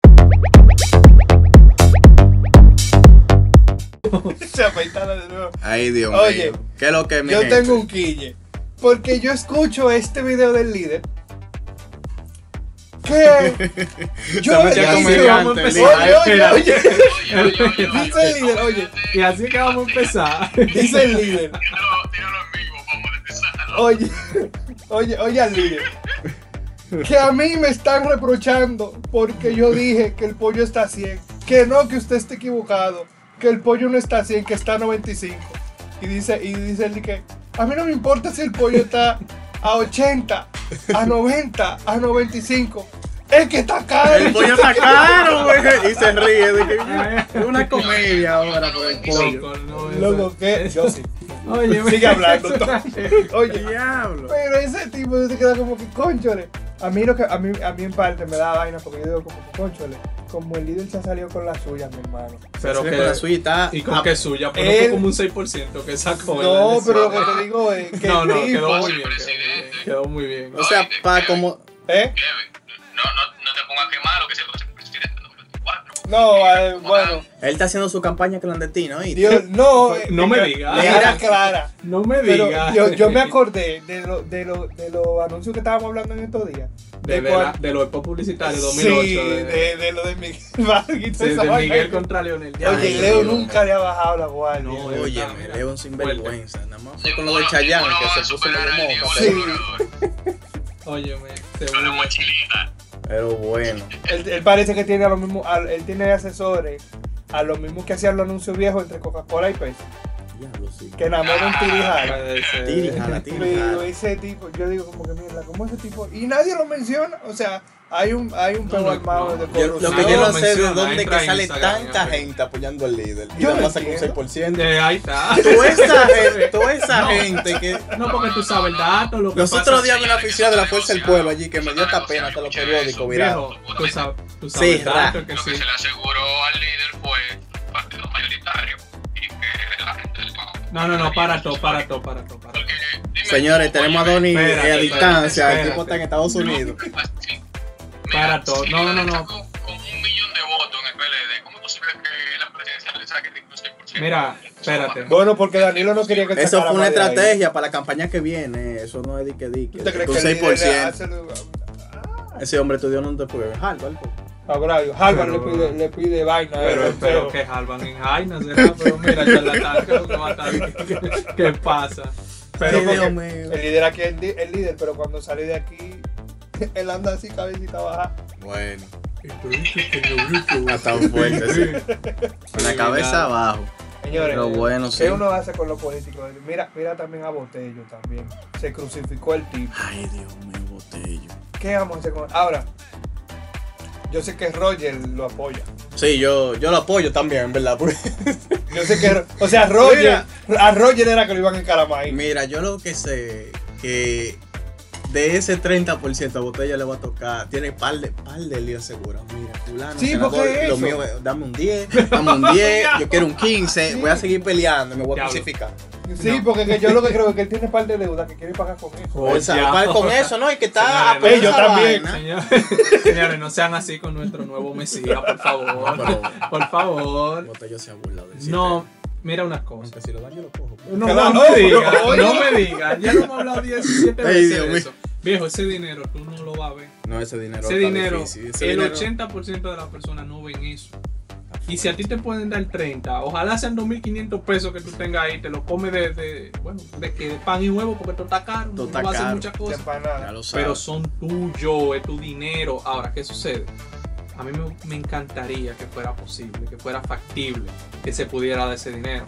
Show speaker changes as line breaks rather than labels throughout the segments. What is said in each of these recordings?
se afeitara de nuevo.
Ay, Dios
Oye,
mío. ¿Qué es lo que mi
Yo
gente?
tengo un quille. Porque yo escucho este video del líder. Que yo
Se metió
digo,
comediante,
oye,
líder,
oye,
espera.
oye, dice el líder, oye,
Y así que vamos a empezar.
dice el líder,
Tíralo, tíralo en vivo para
Oh.
monetizarlo.
oye, oye, oye al líder, que a mí me están reprochando porque yo dije que el pollo está a 100, que no, que usted está equivocado, que el pollo no está a 100, que está a 95. Y dice, y dice el que a mí no me importa si el pollo está a 80, a 90, a 95. Es que está caro.
El pollo está caro, güey. Y se ríe. Dije, es una comedia ahora por el pollo.
Loco, no, eso-
Loco, que yo sí.
Oye,
Sigue hablando,
eso-
Oye,
Diablo.
Pero ese tipo se queda como que, conchole. A mí, lo que, a, mí, a mí en parte me da vaina porque yo digo como que, conchole, como el líder se ha salido con la suya, mi hermano.
Pero
Con la
que.
suite
Y con
ah,
que suya, pero
él-
fue como un 6% que sacó.
No,
¿verdad?
pero lo que te digo es que
No,
el
no,
tipo,
quedó muy bien. quedó muy
el
bien,
presidente.
Quedó muy bien.
O sea, pa, como.
¿eh?
Kevin, no, no, no te pongas quemado que se lo hace el presidente número 4.
No, eh, bueno,
Él está haciendo su campaña clandestina, ¿oíste?
Dios, no. eh,
No me
yo-
digas.
Le era clara.
No me
Pero
digas.
yo, yo me acordé de los de lo, de los anuncios que estábamos hablando en estos días.
De, de,
cuál-
la- de los spots publicitarios 2008.
Sí,
de,
de, de lo de Miguel Vargas y toda
de-
esa
de
vaina.
Miguel contra Leonel. Ya,
Oye,
Ay,
Leo
Dios.
nunca le ha bajado la guardia.
No,
Leo.
Oye,
verdad,
me
mira.
leo un sinvergüenza. Nada más fue con lo de Chayanne que se puso
el
medio moco.
Sí.
pero-
Óyeme, te
Con la mochilita.
Pero bueno.
Él, él parece que tiene a los mismos, a- él tiene asesores a los mismos que hacían los anuncios viejos entre Coca-Cola y Pepsi,
Diablo, sí.
que enamoran
Ah,
un tirijala. Yo digo,
Tirijala, tirijala.
ese tipo, yo digo como que mierda, ¿cómo ese tipo? Y nadie lo menciona, o sea, hay un, hay un
No,
peo
no,
armado
no.
de
Yo-
corrupción.
lo que yo no sé es de
Menciona,
dónde
entra
que
en
sale
Instagram,
tanta
ok.
gente apoyando al líder. Y
Yo
nada
no
más saca un
entiendo.
6%.
Eh, ahí está.
Toda esa gente, toda esa gente que.
No, porque tú sabes el dato, lo que
Los
pasa.
otros días vi la oficina de la Fuerza del Pueblo allí que me dio esta pena hasta los periódicos virados.
Viejo, tú sabes, tú
Sí,
sabes el dato
ra.
que
Lo
sí.
que se le aseguró al líder fue el partido mayoritario. Y que la gente del
No, no, no, para todo, para todo, para todo. Para todo.
Porque, dime,
Señores, tenemos a Donny
Espérate,
eh, a
espérate,
distancia. El
espérate.
tipo está en Estados Unidos.
Para todo. No, no, no.
Con, con un millón de votos en el PLD, ¿cómo es posible que la presidencia le saque el 16%?
Mira, espérate.
Bueno, porque Danilo no quería que
Eso
sacara
fue una
más de ahí.
estrategia para la campaña que viene. Eso no es dique dique.
¿Tú te crees
Con
que el líder le
6%.
hace lo-
Ese hombre estudió en un después. Harvard.
a Braulio? Harvard le,
Pero-
pide, le pide vaina.
Pero
eh, pero-
espero que Halvan en Jaina será, pero mira, charlatán, que lo que va a estar- ¿qué- ¿Qué pasa?
Pero
Ay,
porque
Dios mío.
el líder aquí es el, di- el líder, pero cuando sale de aquí, él anda así, cabecita baja.
Bueno, hasta un Ah, fuerte. sí. Con la
Sí,
cabeza
nada.
abajo.
Señores,
Pero bueno,
¿qué
sí.
uno hace con los políticos? Mira, mira también a Botello también. Se crucificó el tipo.
Ay, Dios mío, botello.
¿Qué vamos a hacer con Ahora, yo sé que Roger lo apoya.
Sí, yo, yo lo apoyo también, ¿verdad? Porque-
Yo sé que. O sea, Roger. A Roger era que lo iban a encaramar ahí.
Mira, yo lo que sé que de ese 30% a Botella le va a tocar, tiene par de, par de líos seguros. Mira, fulano,
Sí,
senador,
porque es
lo
eso.
mío, es, dame un 10, dame un 10, yo quiero un 15, voy a seguir peleando, me voy a
Diablo.
crucificar.
Sí, porque que yo lo que creo es que él tiene un par de deudas que quiere pagar con eso.
O sea,
Diablo.
para- con eso, ¿no? Y que está
Señores,
apoyando
yo
esa
también.
vaina.
Señores, señores, no sean así con nuestro nuevo Mesías, por favor. Por favor.
Botella se ha burlado del
No,
sistema.
mira unas cosas.
Aunque si lo dan, yo lo cojo.
No,
Claro,
no me digas,
no,
no
no.
me digas. Ya lo hemos hablado 17
Ay,
veces
Dios
de
mío.
eso. Viejo, ese dinero tú no lo vas a ver.
No, ese dinero.
Ese
está
dinero,
difícil,
el
ese dinero-
80% de las personas no ven eso. Y si a ti te pueden dar 30, ojalá sean 2.500 pesos que tú tengas ahí, te lo comes de, de, bueno, de, que de pan y huevo porque esto está caro,
Esto
no
está
vas a hacer
caro.
muchas
De
cosas.
Ya
empanada.
lo sabes.
Pero son tuyos, es tu dinero. Ahora, ¿qué sucede? A mí me, me encantaría que fuera posible, que fuera factible, que se pudiera dar ese dinero.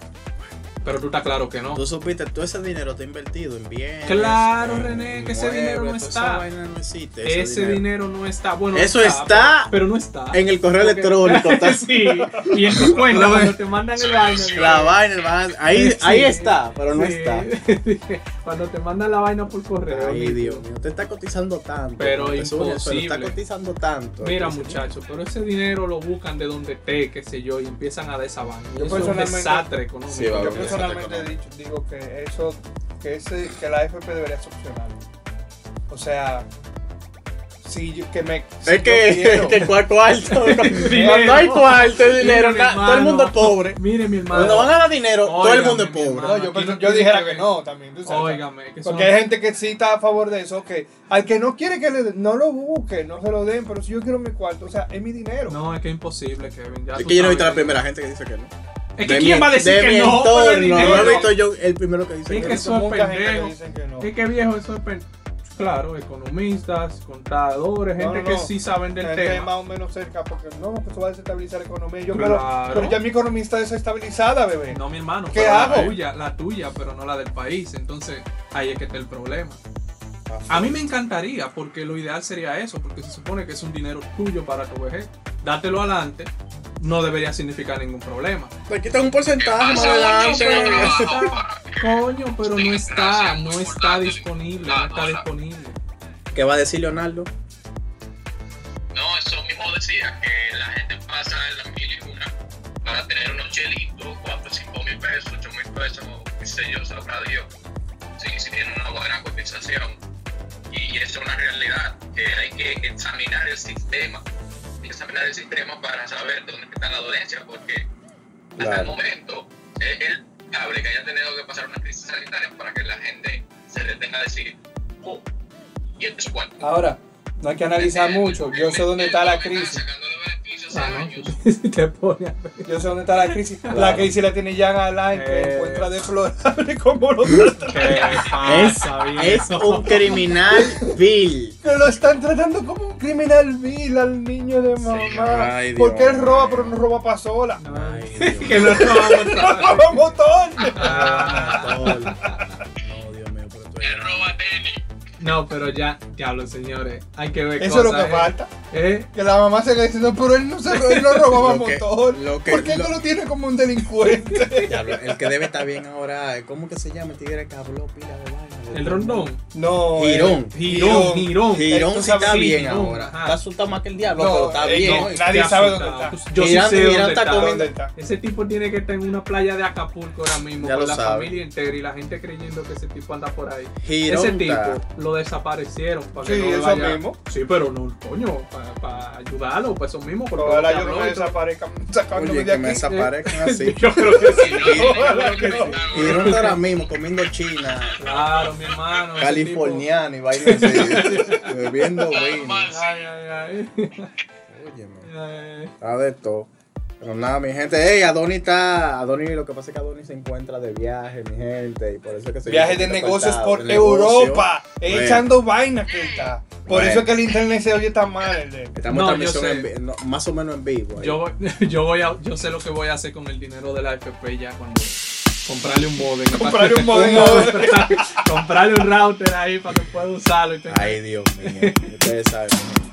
Pero tú estás claro que no.
Tú supiste, todo ese dinero está invertido en bienes.
Claro,
en
René, que ese
inmuebles,
dinero no
toda esa
está.
vaina no existe,
Ese, dinero. no está. Bueno,
Eso está
pero, pero no está.
En el correo
Porque-
electrónico está
sí, y en tu cuenta,
La
cuando
vaina.
te mandan el baño.
La vaina, el vaina. Ahí,
Sí.
ahí está, pero no está.
cuando te mandan la vaina por correo.
Ay,
amigo.
Dios mío, te está cotizando tanto.
Pero
te sube, pero
imposible.
está cotizando tanto.
Mira,
Entonces,
muchachos, pero ese dinero lo buscan de donde esté, qué sé yo, y empiezan a dar esa vaina. Y
Yo
eso es un
personalmente-
desastre económico.
Sí, va a
Yo
haber un desastre
personalmente he dicho- digo que eso. Que, ese, que la FP debería ser opcional. O sea. si yo- que me. si
Es
yo
que, este
quiero.
que cua- cuarto. Cuando
Dinero.
hay cuarto, hay dinero.
Mire, mi
na- todo el
hermano.
mundo es pobre.
Mire, mi hermano.
Cuando van a dar dinero, todo el
Óigame,
mundo es
mi
pobre.
Ah, No, yo, pensé- yo dijera que no también. tú sabes.
Óigame, que son-
Porque hay gente que sí está a favor de eso, que al que no quiere que le den, no lo busque, no se lo den, pero si yo quiero mi cuarto, o sea, es mi dinero.
No, es que es imposible, Kevin. Ya
Es
tú
que yo no he
sabes.
visto la primera gente que dice que no.
Es que
De
quién
mi-
va a decir
de mi
que no por el
entorno, No
dinero.
he visto yo el primero que dice que
Es que
no.
Eso
son
mucha gente
pendejos.
le dicen que no.
Es que viejo, eso es. pen- Claro, economistas, contadores,
No,
gente
no,
que
no.
sí saben del
Gente
tema.
más o menos cerca, porque no, que eso va a desestabilizar la economía. Yo,
Claro.
pero, pero ya mi economía está desestabilizada, bebé.
No, mi hermano,
¿Qué
pero la
hago?
tuya, la tuya, pero no la del país. Entonces, ahí es que está el problema. A mí me encantaría, porque lo ideal sería eso, porque se supone que es un dinero tuyo para tu vejez. Dátelo adelante, no debería significar ningún problema.
Te quitan Pues un porcentaje más
Pasa
adelante.
buenísimo trabajo
Está-
para que-
Coño, pero no está,
gracias,
no
muy
está
importante.
disponible, no
Ah,
está
no,
disponible.
¿Qué va a decir Leonardo?
No, eso mismo decía que la gente pasa en la mil y una para tener unos chelitos, 4, 5 mil pesos, 8 mil pesos, qué sé yo, sabrá Dios. Si, si tiene una buena cotización. Y, esa es una realidad que hay que examinar el sistema. Hay que examinar el sistema para saber dónde está la dolencia, porque hasta el
Claro.
momento es el cable que haya tenido que pasar una crisis sanitaria para que la gente se detenga a decir, oh, y esto es cuánto.
Ahora, no hay que analizar mucho. Yo sé dónde está la crisis.
Sacándole beneficios a
Ah, ¿no?
años.
Si te pone a-
Yo sé dónde está la crisis. La crisis la tiene Jan Alain, que
Eh.
encuentra deplorable como los otros.
¿Qué
Es,
pasa,
es
viejo?
un criminal vil.
Que lo están tratando como un criminal vil al niño de mamá.
ay, Dios.
Porque él roba, pero no roba pa' sola.
No,
Ay,
que lo robamos.
roba motor.
Ah,
No, Dios mío, pero tú
Él roba tenis.
No, pero ya, diablo, señores. Hay que ver
Eso es lo
cosas,
que
¿eh?
falta.
¿Eh?
Que la mamá se le dice, no, pero él no, se, él no robaba
Lo que-
motor.
lo que-
¿Por qué
lo-
no lo tiene como un delincuente?
Diablo, el que debe estar bien ahora, eh, ¿cómo que se llama? El tigre que habló pila de vaina.
El rondón.
No.
Girón.
Girón, girón.
Girón sí está
Sí,
bien
Girón,
ahora.
ajá.
Está asustado más que el diablo,
No,
pero está
eh,
bien.
no,
oye.
nadie
Estoy
sabe
asustado.
dónde está.
Yo sí
Girán-
sé
Girán
dónde
está
está.
comiendo-
¿Dónde está?
Ese tipo tiene que estar en una playa de Acapulco ahora mismo
Ya
con
lo
la
sabe.
familia entera y la gente creyendo que ese tipo anda por ahí.
Girón
ese
está.
tipo lo desaparecieron para que
Sí,
no le
eso
vaya-
mismo.
Sí, pero no, coño, para ayudarlo, para eso mismo. Porque
Ojalá
lo
yo
que
no
habló
me
y todo.
desaparezca sacándome
Oye,
de
que me
aquí.
desaparezcan así.
eh. Yo creo que sí.
Ojalá que no.
Girón está ahora mismo comiendo china,
Claro, mi hermano. ese
californiana y vaina así, bebiendo vino.
tipo- Ay, ay, ay.
Óyeme,
Ay,
está de todo. Pero nada, mi gente, hey, Adoni está, Adoni, lo que pasa es que Adoni se encuentra de viaje, mi gente, y por eso es que se
Viajes de negocios por Europa, eh,
Bueno.
echando vainas que está. Por
Bueno.
eso es que el internet se oye tan mal. El de.
Estamos
No,
en
yo
transmisión
sé.
en vi- no, más o menos en vivo. ahí.
Yo, voy- yo, voy a, yo sé lo que voy a hacer con el dinero de la FP ya cuando comprarle un modem.
Comprarle un modem.
comprarle un router ahí para que pueda usarlo. Y tenga-
Ay, Dios mío. Ustedes saben.